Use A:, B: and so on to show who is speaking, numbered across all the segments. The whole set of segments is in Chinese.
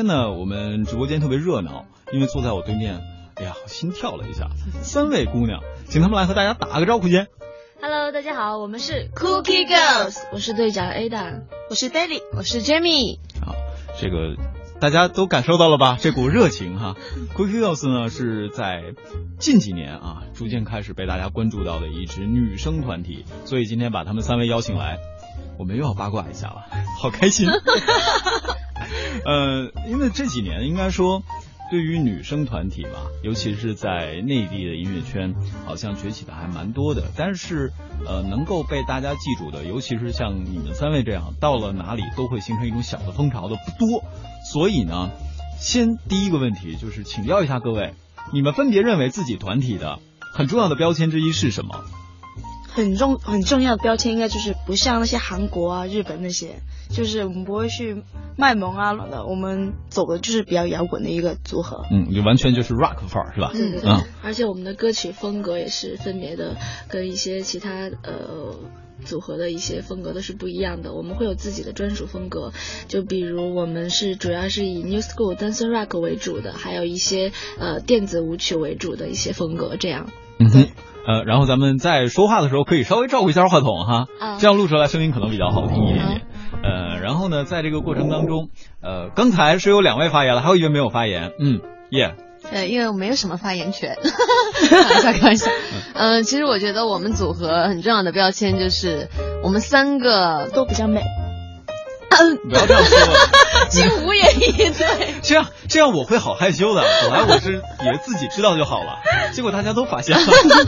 A: 今天呢，我们直播间特别热闹，因为坐在我对面，哎呀，我心跳了一下，三位姑娘，请她们来和大家打个招呼先。
B: Hello，大家好，我们是 Cookie Girls，我是队长 Ada，我是 Daily，我是 Jamie。
A: 啊，这个大家都感受到了吧？这股热情哈。Cookie Girls 呢是在近几年啊，逐渐开始被大家关注到的一支女生团体，所以今天把她们三位邀请来，我们又要八卦一下了，好开心。呃，因为这几年应该说。对于女生团体嘛，尤其是在内地的音乐圈，好像崛起的还蛮多的。但是，呃，能够被大家记住的，尤其是像你们三位这样，到了哪里都会形成一种小的风潮的不多。所以呢，先第一个问题就是请教一下各位，你们分别认为自己团体的很重要的标签之一是什么？
B: 很重很重要的标签应该就是不像那些韩国啊、日本那些，就是我们不会去卖萌啊什么的，我们走的就是比较摇滚的一个组合。
A: 嗯，就完全就是 rock 范儿是吧？
C: 嗯，对
A: 嗯，
C: 而且我们的歌曲风格也是分别的，跟一些其他呃组合的一些风格都是不一样的。我们会有自己的专属风格，就比如我们是主要是以 New School、Dance Rock 为主的，还有一些呃电子舞曲为主的一些风格。这样，
A: 嗯哼，呃，然后咱们在说话的时候可以稍微照顾一下话筒哈，
C: 啊
A: 这样录出来声音可能比较好听一点点。呃，然后呢，在这个过程当中，呃，刚才是有两位发言了，还有一位没有发言。嗯，耶、
D: 呃，因为我没有什么发言权， 开玩笑，开玩笑。呃，其实我觉得我们组合很重要的标签就是我们三 个
B: 都比较美，
C: 嗯
A: 不要这样说，
D: 竟无言以对。
A: 这样这样我会好害羞的。本来我是以为自己知道就好了，结果大家都发 现了。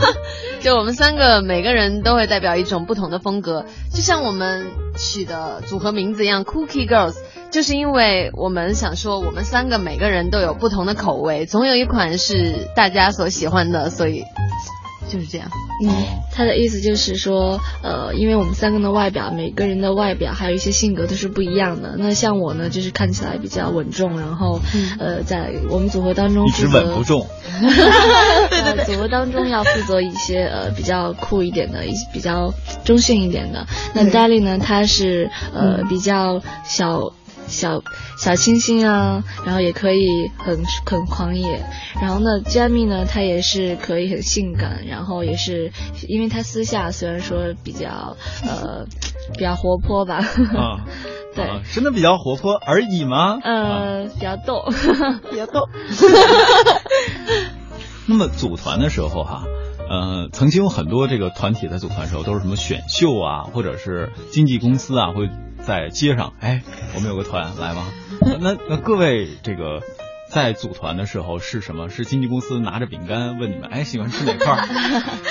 D: 就我们三个每个人都会代表一种不同的风格，就像我们取的组合名字一样，Cookie Girls，就是因为我们想说我们三个每个人都有不同的口味，总有一款是大家所喜欢的，所以就是这样。
C: 他嗯的意思就是说，呃，因为我们三个人的外表，每个人的外表还有一些性格都是不一样的。那像我呢，就是看起来比较稳重，然后、
D: 嗯
C: 呃，在我们组合当中
A: 一
C: 负
A: 直
C: 责
A: 稳不重，
C: 呃，组合当中要负责一些呃比较酷一点的，一比较中性一点的。那 d a l i 呢，他是呃比较小。小小清新啊，然后也可以很很狂野，然后呢，Jamie 呢，他也是可以很性感，然后也是因为他私下虽然说比较呃比较活泼吧，
A: 啊，
C: 对
A: 啊真的比较活泼而已吗？啊
C: 呃比较逗，
B: 比较逗。
A: 那么组团的时候哈、呃，曾经有很多这个团体在组团的时候都是什么选秀啊，或者是经纪公司啊，会在街上，哎，我们有个团来吗？那那各位这个。在组团的时候是什么？是经纪公司拿着饼干问你们，哎，喜欢吃哪块儿？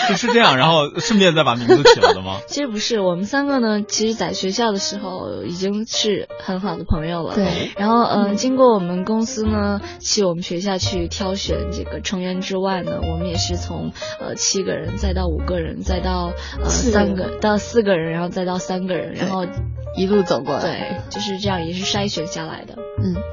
A: 是是这样，然后顺便再把名字起了的吗？
C: 其实不是，我们三个呢，其实在学校的时候已经是很好的朋友了。
D: 对，
C: 然后，嗯、经过我们公司呢，去我们学校去挑选这个成员之外呢，我们也是从呃七个人，再到五个人，再到呃
D: 四个
C: 三
D: 人
C: 个，到四个人，然后再到三个人，然后
D: 一路走过来，
C: 对，就是这样，也是筛选下来的。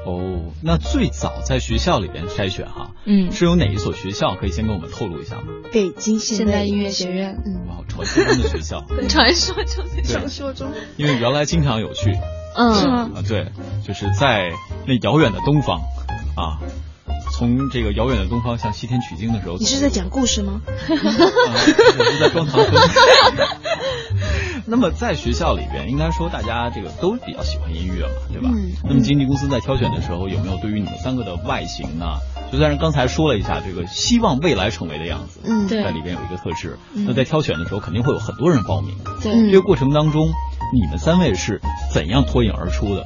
A: 哦，那最早在学校里边筛选哈、
C: 嗯，
A: 是有哪一所学校？可以先跟我们透露一下吗？
B: 北京现
C: 现
B: 代
C: 代
B: 音
C: 音
B: 乐
C: 乐
B: 学
C: 学
B: 院
C: 院，
D: 嗯
A: 哇，传说中的学校，
D: 传说中的
A: 对
B: 传说中
A: 因为原来经常有去，
D: 嗯，
B: 是吗？
A: 啊，对，就是在那遥远的东方，啊，从这个遥远的东方向西天取经的时候，
B: 你是在讲故事吗？
A: 啊我是在装唐僧。 那么在学校里边，应该说大家这个都比较喜欢音乐嘛，对吧？
D: 嗯
A: 那么经纪公司在挑选的时候，有没有对于你们三个的外形呢？就虽然刚才说了一下这个希望未来成为的样子，
D: 嗯
C: 对
A: 在里边有一个特质。
B: 嗯
A: 那在挑选的时候，肯定会有很多人报名。
C: 对。
D: 嗯
A: 这个过程当中，你们三位是怎样脱颖而出的？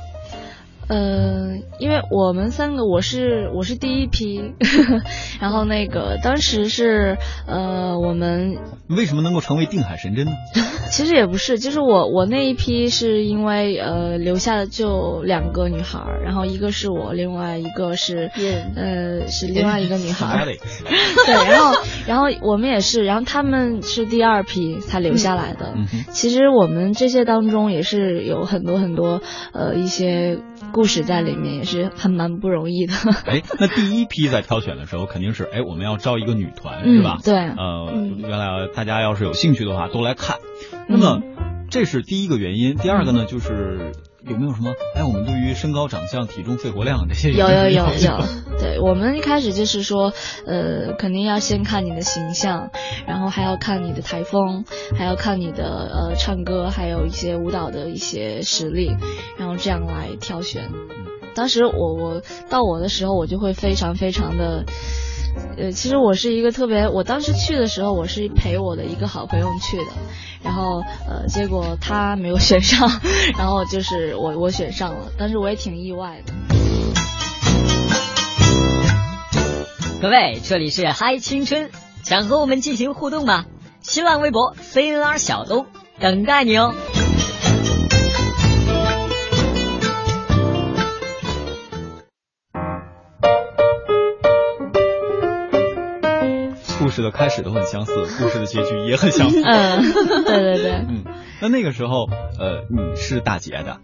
C: 呃，因为我们三个，我是我是第一批， 然后那个当时是呃，我们
A: 为什么能够成为定海神针 呢？
C: 其实也不是，就是我我那一批是因为呃留下的就两个女孩儿，然后一个是我，另外一个是
B: 嗯
C: 呃是另外一个女孩
A: 大家
C: 儿，
A: 得
C: 对，然后然后我们也是，然后他们是第二批才留下来的。
A: 嗯哼，
C: 其实我们这些当中也是有很多很多呃一些故事在里面，也是很蛮不容易的，
A: 哎，那第一批在挑选的时候肯定是，哎，我们要招一个女团、
C: 嗯
A: 是吧，？
C: 对，
A: 呃，
B: 嗯
A: 原来大家
C: 嗯
A: 要是有兴趣的话，都来看。那么、这是第一个原因，第二个呢，就是有没有什么？哎，我们对于身高、长相、体重、肺活量这些
C: 有有有
A: 要求
C: 有，对我们一开始就是说，呃，肯定要先看你的形象，然后还要看你的台风，还要看你的呃唱歌，还有一些舞蹈的一些实力，然后这样来挑选。当时我我到我的时候，我就会非常非常的。呃，其实我是一个特别，我当时去的时候，我是陪我的一个好朋友去的，然后呃，结果他没有选上， 然后就是我我选上了，但是我也挺意外的。
E: 各位，这里是嗨青春，想和我们进行互动吗？新浪微博 CNR 小东等待你哦。
A: 故事的开始都很相似，故事的结局也很相 似。
C: 嗯，对对对，
A: 嗯，那那个时候，呃，你是大几来的？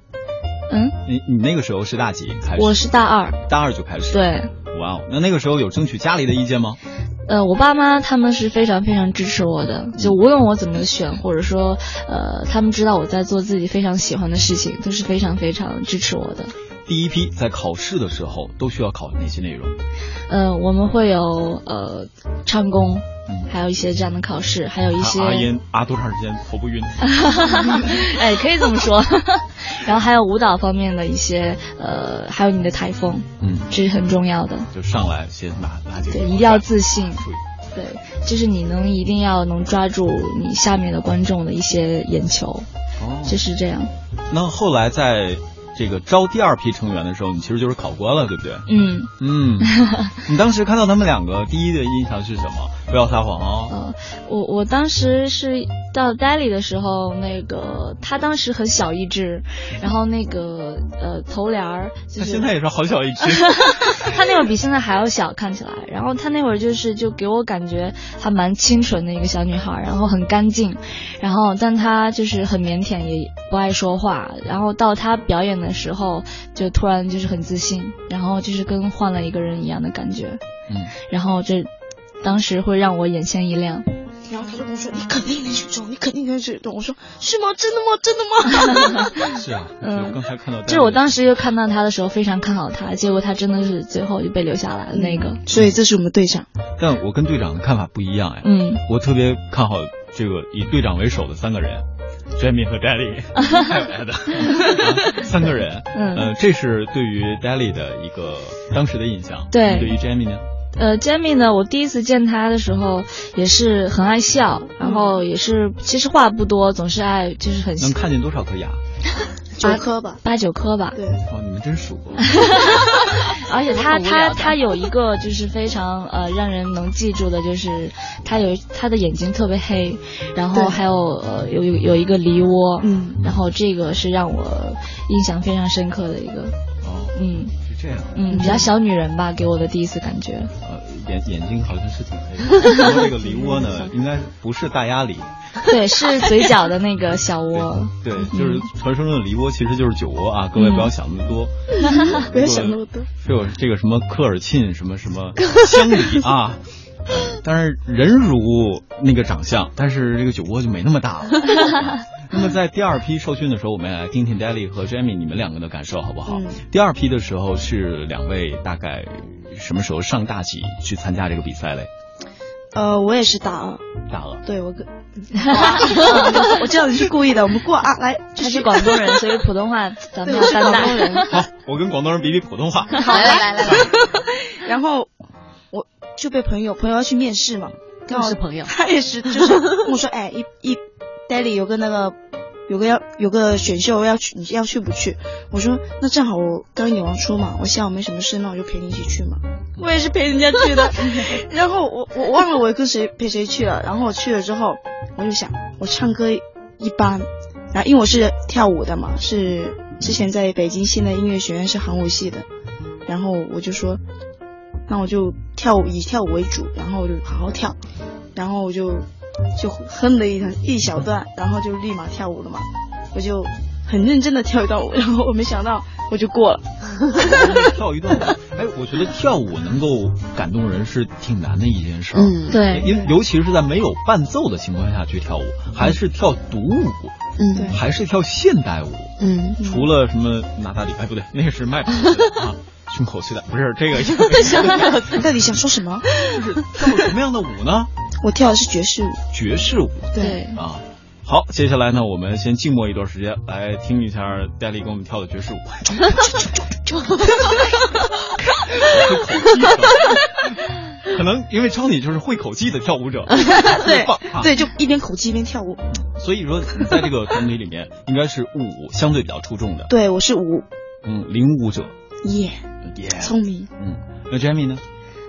C: 嗯，
A: 你你那个时候是大几开始？
C: 我是大二，
A: 大二就开始。。
C: 对，
A: 哇哦，那那个时候有争取家里的意见吗？
C: 呃，我爸妈他们是非常非常支持我的，就无论我怎么选，或者说呃，他们知道我在做自己非常喜欢的事情，都是非常非常支持我的。
A: 第一批在考试的时候都需要考哪些内容？
C: 呃，我们会有呃唱功
A: 嗯，
C: 还有一些这样的考试，还有一些
A: 啊啊烟啊多长时间头 不晕？
C: 哎，可以这么说。 然后还有舞蹈方面的一些，呃，还有你的台风，
A: 嗯，
C: 这是很重要的。
A: 就上来先拿拿这个。
C: 对，一定要自信。
A: 注意
C: 对，就是你能一定要能抓住你下面的观众的一些眼球，
A: 哦
C: 就是这样。
A: 那后来在这个招第二批成员的时候，你其实就是考官了，对不对？
C: 嗯，
A: 嗯，你当时看到他们两个第一的印象是什么？不要撒谎哦。
C: 呃，我我当时是到 Delhi 的时候，那个他当时很小一只，然后那个呃头帘儿就
A: 他
C: 是
A: 现在也是好小一只。
C: 他那会儿比现在还要小，看起来。然后他那会儿就是就给我感觉还蛮清纯的一个小女孩，然后很干净，然后但她就是很腼腆，也不爱说话。然后到她表演的时候，就突然就是很自信，然后就是跟换了一个人一样的感觉。
A: 嗯，
C: 然后 这当时会让我眼前一亮。
B: 然后他就跟我说：“你肯定能选中，你肯定能选中。”我说：“是吗？真的吗？真的吗
A: 是啊，
C: 嗯
A: 就刚才看到。
C: 就是我当时就看到她的时候非常看好她，结果她真的是最后就被留下来了那个。？”
B: 嗯所以这是我们队长。
A: 但我跟队长的看法不一样哎，
C: 嗯，
A: 我特别看好这个以队长为首的三个人。Jamie 和 Daddy，还有 Ed，三个人，
C: 嗯
A: 呃，这是对于 Daddy 的一个当时的印象。
C: 对
A: 你对于 Jamie 呢？
C: 呃，Jamie 呢，我第一次见她的时候也是很爱笑，然后也是其实话不多，总是爱就是哦很
A: 能看见多少颗牙？
B: 九科吧，
C: 八九颗吧。
B: 对，
A: 哦，你们真数 过。
C: 而且
D: 我
C: 她
D: 很无聊
C: 她
D: 的
C: 她有一个就是非常呃让人能记住的，就是她有她的眼睛特别黑，然后
B: 对
C: 还有呃有有有一个梨窝，
B: 嗯，
C: 然后这个是让我印象非常深刻的一个，
A: 哦，
C: 嗯
A: 是这样。
C: 嗯，比较小女人吧，给我的第一次感觉。
A: 呃，眼眼睛好像是挺黑 的，然后这个梨窝呢，应该不是大鸭梨，
C: 对，是嘴角的那个小窝。
A: 对，
B: 嗯
A: 就是传说中的梨窝其实就是酒窝啊，各位不要想那么 多，
B: 不要嗯想那么多。
A: 还有这个什么科尔沁什么什么香 梨啊。但是人如那个长相，但是这个酒窝就没那么 大了。啊那么在第二批受训的时候，我们也来听听 Daddy 和 Jamie 你们两个的感受好不好？
B: 嗯
A: 第二批的时候是两位大概什么时候上大几去参加这个比赛嘞？
B: 呃，我也是大二，
A: 大了，
B: 对我跟，我这样子是故意的，我们过啊，来，
C: 他
B: 就是
C: 是广东人，所以普通 话咱们
B: 对，
C: 要
B: 我是
C: 担
B: 广
C: 待。
B: 东人。
A: 好，我跟广东人比比普通话。
D: 来来来来，
B: 然后我就被朋友，朋友要去面试嘛，
D: 又
B: 哦
D: 是朋友
B: 他也是就是跟我说，哎，一一 Daddy 有个那个有个要有个选秀要去，你要去不去？我说那正好我刚演完出嘛，我下午没什么事，那我就陪你一起去嘛。我也是陪人家去的， 然后我我忘了我跟谁陪谁去了，然后我去了之后，我就想我唱歌一般，然后因为我是跳舞的嘛，是之前在北京现代音乐学院是韩舞系的，然后我就说，那我就跳舞以跳舞为主，然后我就好好跳，然后我就就哼了一一小段，然后就立马跳舞了嘛，我就很认真的跳一段舞，然后我没想到我就过 了，
A: 跳一段舞，哎，我觉得跳舞能够感动人是挺难的一件事儿。
D: 嗯
C: 对，
A: 因为尤其是在没有伴奏的情况下去跳舞，还是跳独舞，
D: 嗯
A: 还是跳现代舞。
D: 嗯，
A: 除了什么娜塔莉，哎，不对，那个是麦巴 伦啊，胸口碎带，不是这个，就是
B: 你到底想说什么？
A: 跳什么样的舞呢？
B: 我跳的是爵士舞，
A: 爵士舞
C: 对，
A: 啊。好，接下来呢，我们先静默一段时间，来听一下戴笠给我们跳的爵士舞。可能因为超女就是会口技的跳 舞者，
B: 对
A: 棒啊
B: 对，就一边口技一边跳舞。
A: 所以说你在这个团体里面应该是舞舞相对比较出众的，
B: 对，我是舞，
A: 嗯，领舞者，
B: 耶，
A: 也、
B: 聪明，
A: 嗯，那 Jamie 呢？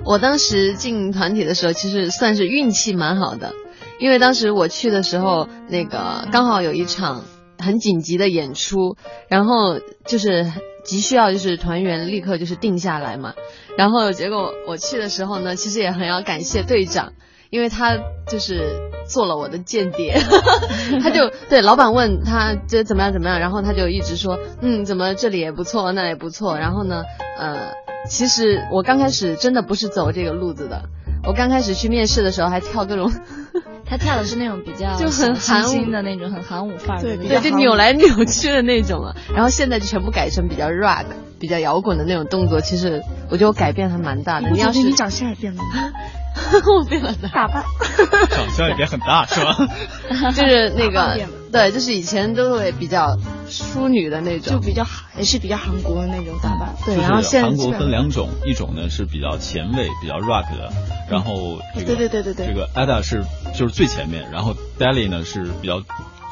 D: 我当时进团体的时候，其实算是运气蛮好的，因为当时我去的时候，那个刚好有一场很紧急的演出，然后就是急需要就是团员立刻就是定下来嘛，然后结果我去的时候呢，其实也很要感谢队长，因为他就是做了我的间谍， 他就对老板问他这怎么样怎么样，然后他就一直说，嗯，怎么这里也不错，那也不错，然后呢，呃，其实我刚开始真的不是走这个路子的，我刚开始去面试的时候还跳各种，
C: 他跳的是那种比较
D: 就很
C: 清
D: 韩
C: 新
D: 舞
C: 的那种，很韩舞范儿的
B: 对
C: 那
B: 比
C: 种。
B: 较
D: 对，就扭来扭去的那种啊，然后现在就全部改成比较 rock、比较摇滚的那种动作，其实我觉得我改变还蛮大的。
B: 我
D: 你要
B: 觉
D: 是
B: 得啊你长相也变了，
D: 我变了大，
B: 打扮，
A: 长相也别很大是吧？
D: 就是那
B: 大胖
D: 个
B: 变了
D: 对，就是以前都会比较淑女的那
B: 就
D: 种，
B: 比较韩也是比较韩国的那种打扮。对，
A: 就是
B: 然后现在
A: 韩
B: 基
A: 国
B: 本
A: 分
B: 上
A: 两种，一种呢是比较前卫、比较 rock 的，然后这个、
B: 对对对对对
A: 这个 Ada 是就是最前面，然后 Dally 呢是比较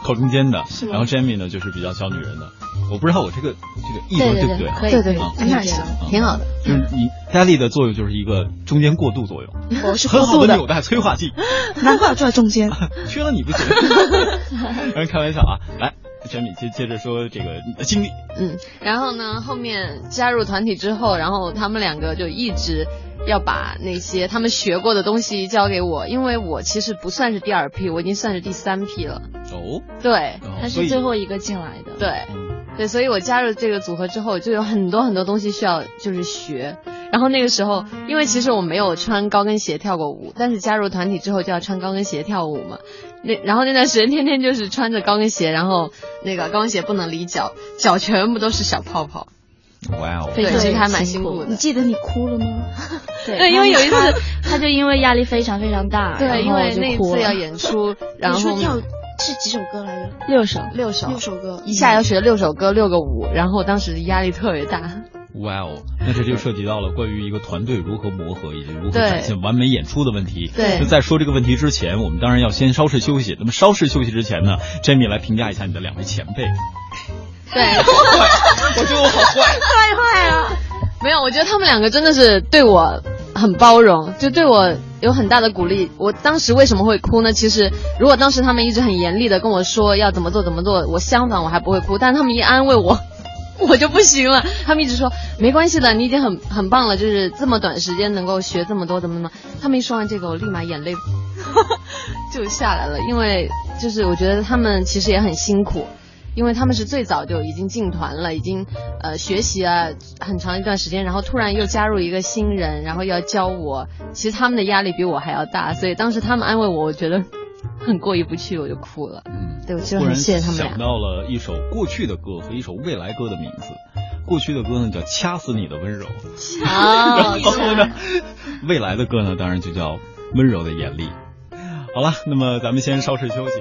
A: 靠中间的，
B: 是吗
A: 然后 Jamie 呢就是比较小女人的。我不知道我这个这个译
C: 对
A: 文
C: 对
A: 不
C: 对
A: 对啊？
C: 可以
B: 对对
A: 啊
B: 很
C: 可
B: 像
C: 以这
B: 是
C: 样。
D: 挺好的。
A: 就是你 Dally 的作用就是一个中间过渡作用，
B: 我是
A: 很
B: 过
A: 好
B: 度
A: 的
B: 的
A: 纽，带催化剂，
B: 难怪我坐在中间。
A: 缺了你不行。 当然开玩笑啊，来 Jamie 接接着说这个你的经历，
D: 嗯，然后呢，后面加入团体之后，然后他们两个就一直要把那些他们学过的东西交给我，因为我其实不算是第二批，我已经算是第三批了。
A: 哦，
D: 对
A: 哦
C: 他
A: 所
C: 是
A: 以
C: 最后一个进来的。
D: 对
A: 嗯
D: 对，所以我加入这个组合之后，就有很多很多东西需要就是学。然后那个时候，因为其实我没有穿高跟鞋跳过舞，但是加入团体之后就要穿高跟鞋跳舞嘛。那然后那段时间天天就是穿着高跟鞋，然后那个高跟鞋不能离脚，脚全部都是小泡泡。
A: 哇哦，
C: 非
D: 对，
C: 常
D: 其实还蛮
C: 辛
D: 辛
C: 苦
D: 苦
B: 你
D: 的。
B: 记得你哭了吗？
C: 对
D: 对，因为有一次，
C: 他就因为压力非常非常大，然
D: 对，因
C: 后
D: 为
C: 就
D: 那一
C: 哭
D: 次
C: 了
D: 要演 出，然
B: 你说
D: 后
B: 跳是几首歌来着？
C: 六首，
D: 六首，
B: 六首歌。
D: 一下要学六首歌，六个舞，然后当时压力特别大。
A: 哇哦，那这就涉及到了关于一个团队如何磨合以及如何
D: 对
A: 展现完美演出的问题。
D: 对
A: 就在说这个问题之前，我们当然要先稍事休息。那么稍事休息之前呢，Jamie 来评价一下你的两位前辈。
D: 对，
A: 我觉得我好 坏。
D: 没有，我觉得他们两个真的是对我很包容，就对我有很大的鼓励。我当时为什么会哭呢？其实如果当时他们一直很严厉的跟我说要怎么做怎么做，我相反我还不会哭，但他们一安慰我。 我就不行了，他们一直说没关系的，你已经很很棒了，就是这么短时间能够学这么多，怎么怎么。他们一说完这个，我立马眼泪 就下来了，因为就是我觉得他们其实也很辛苦，因为他们是最早就已经进团了，已经呃学习了很长一段时间，然后突然又加入一个新人，然后要教我，其实他们的压力比我还要大，所以当时他们安慰我，我觉得很过意不去，我就哭了。
A: 嗯，
D: 对，我其实
A: 忽然
D: 很谢谢他们
A: 想
D: 俩。
A: 到了一首过去的歌和一首未来歌的名字。过去的歌呢叫《掐死你的温柔》，
D: 哦
A: 然后呢，未来的歌呢当然就叫《温柔的眼力》。好了，那么咱们先稍事休息。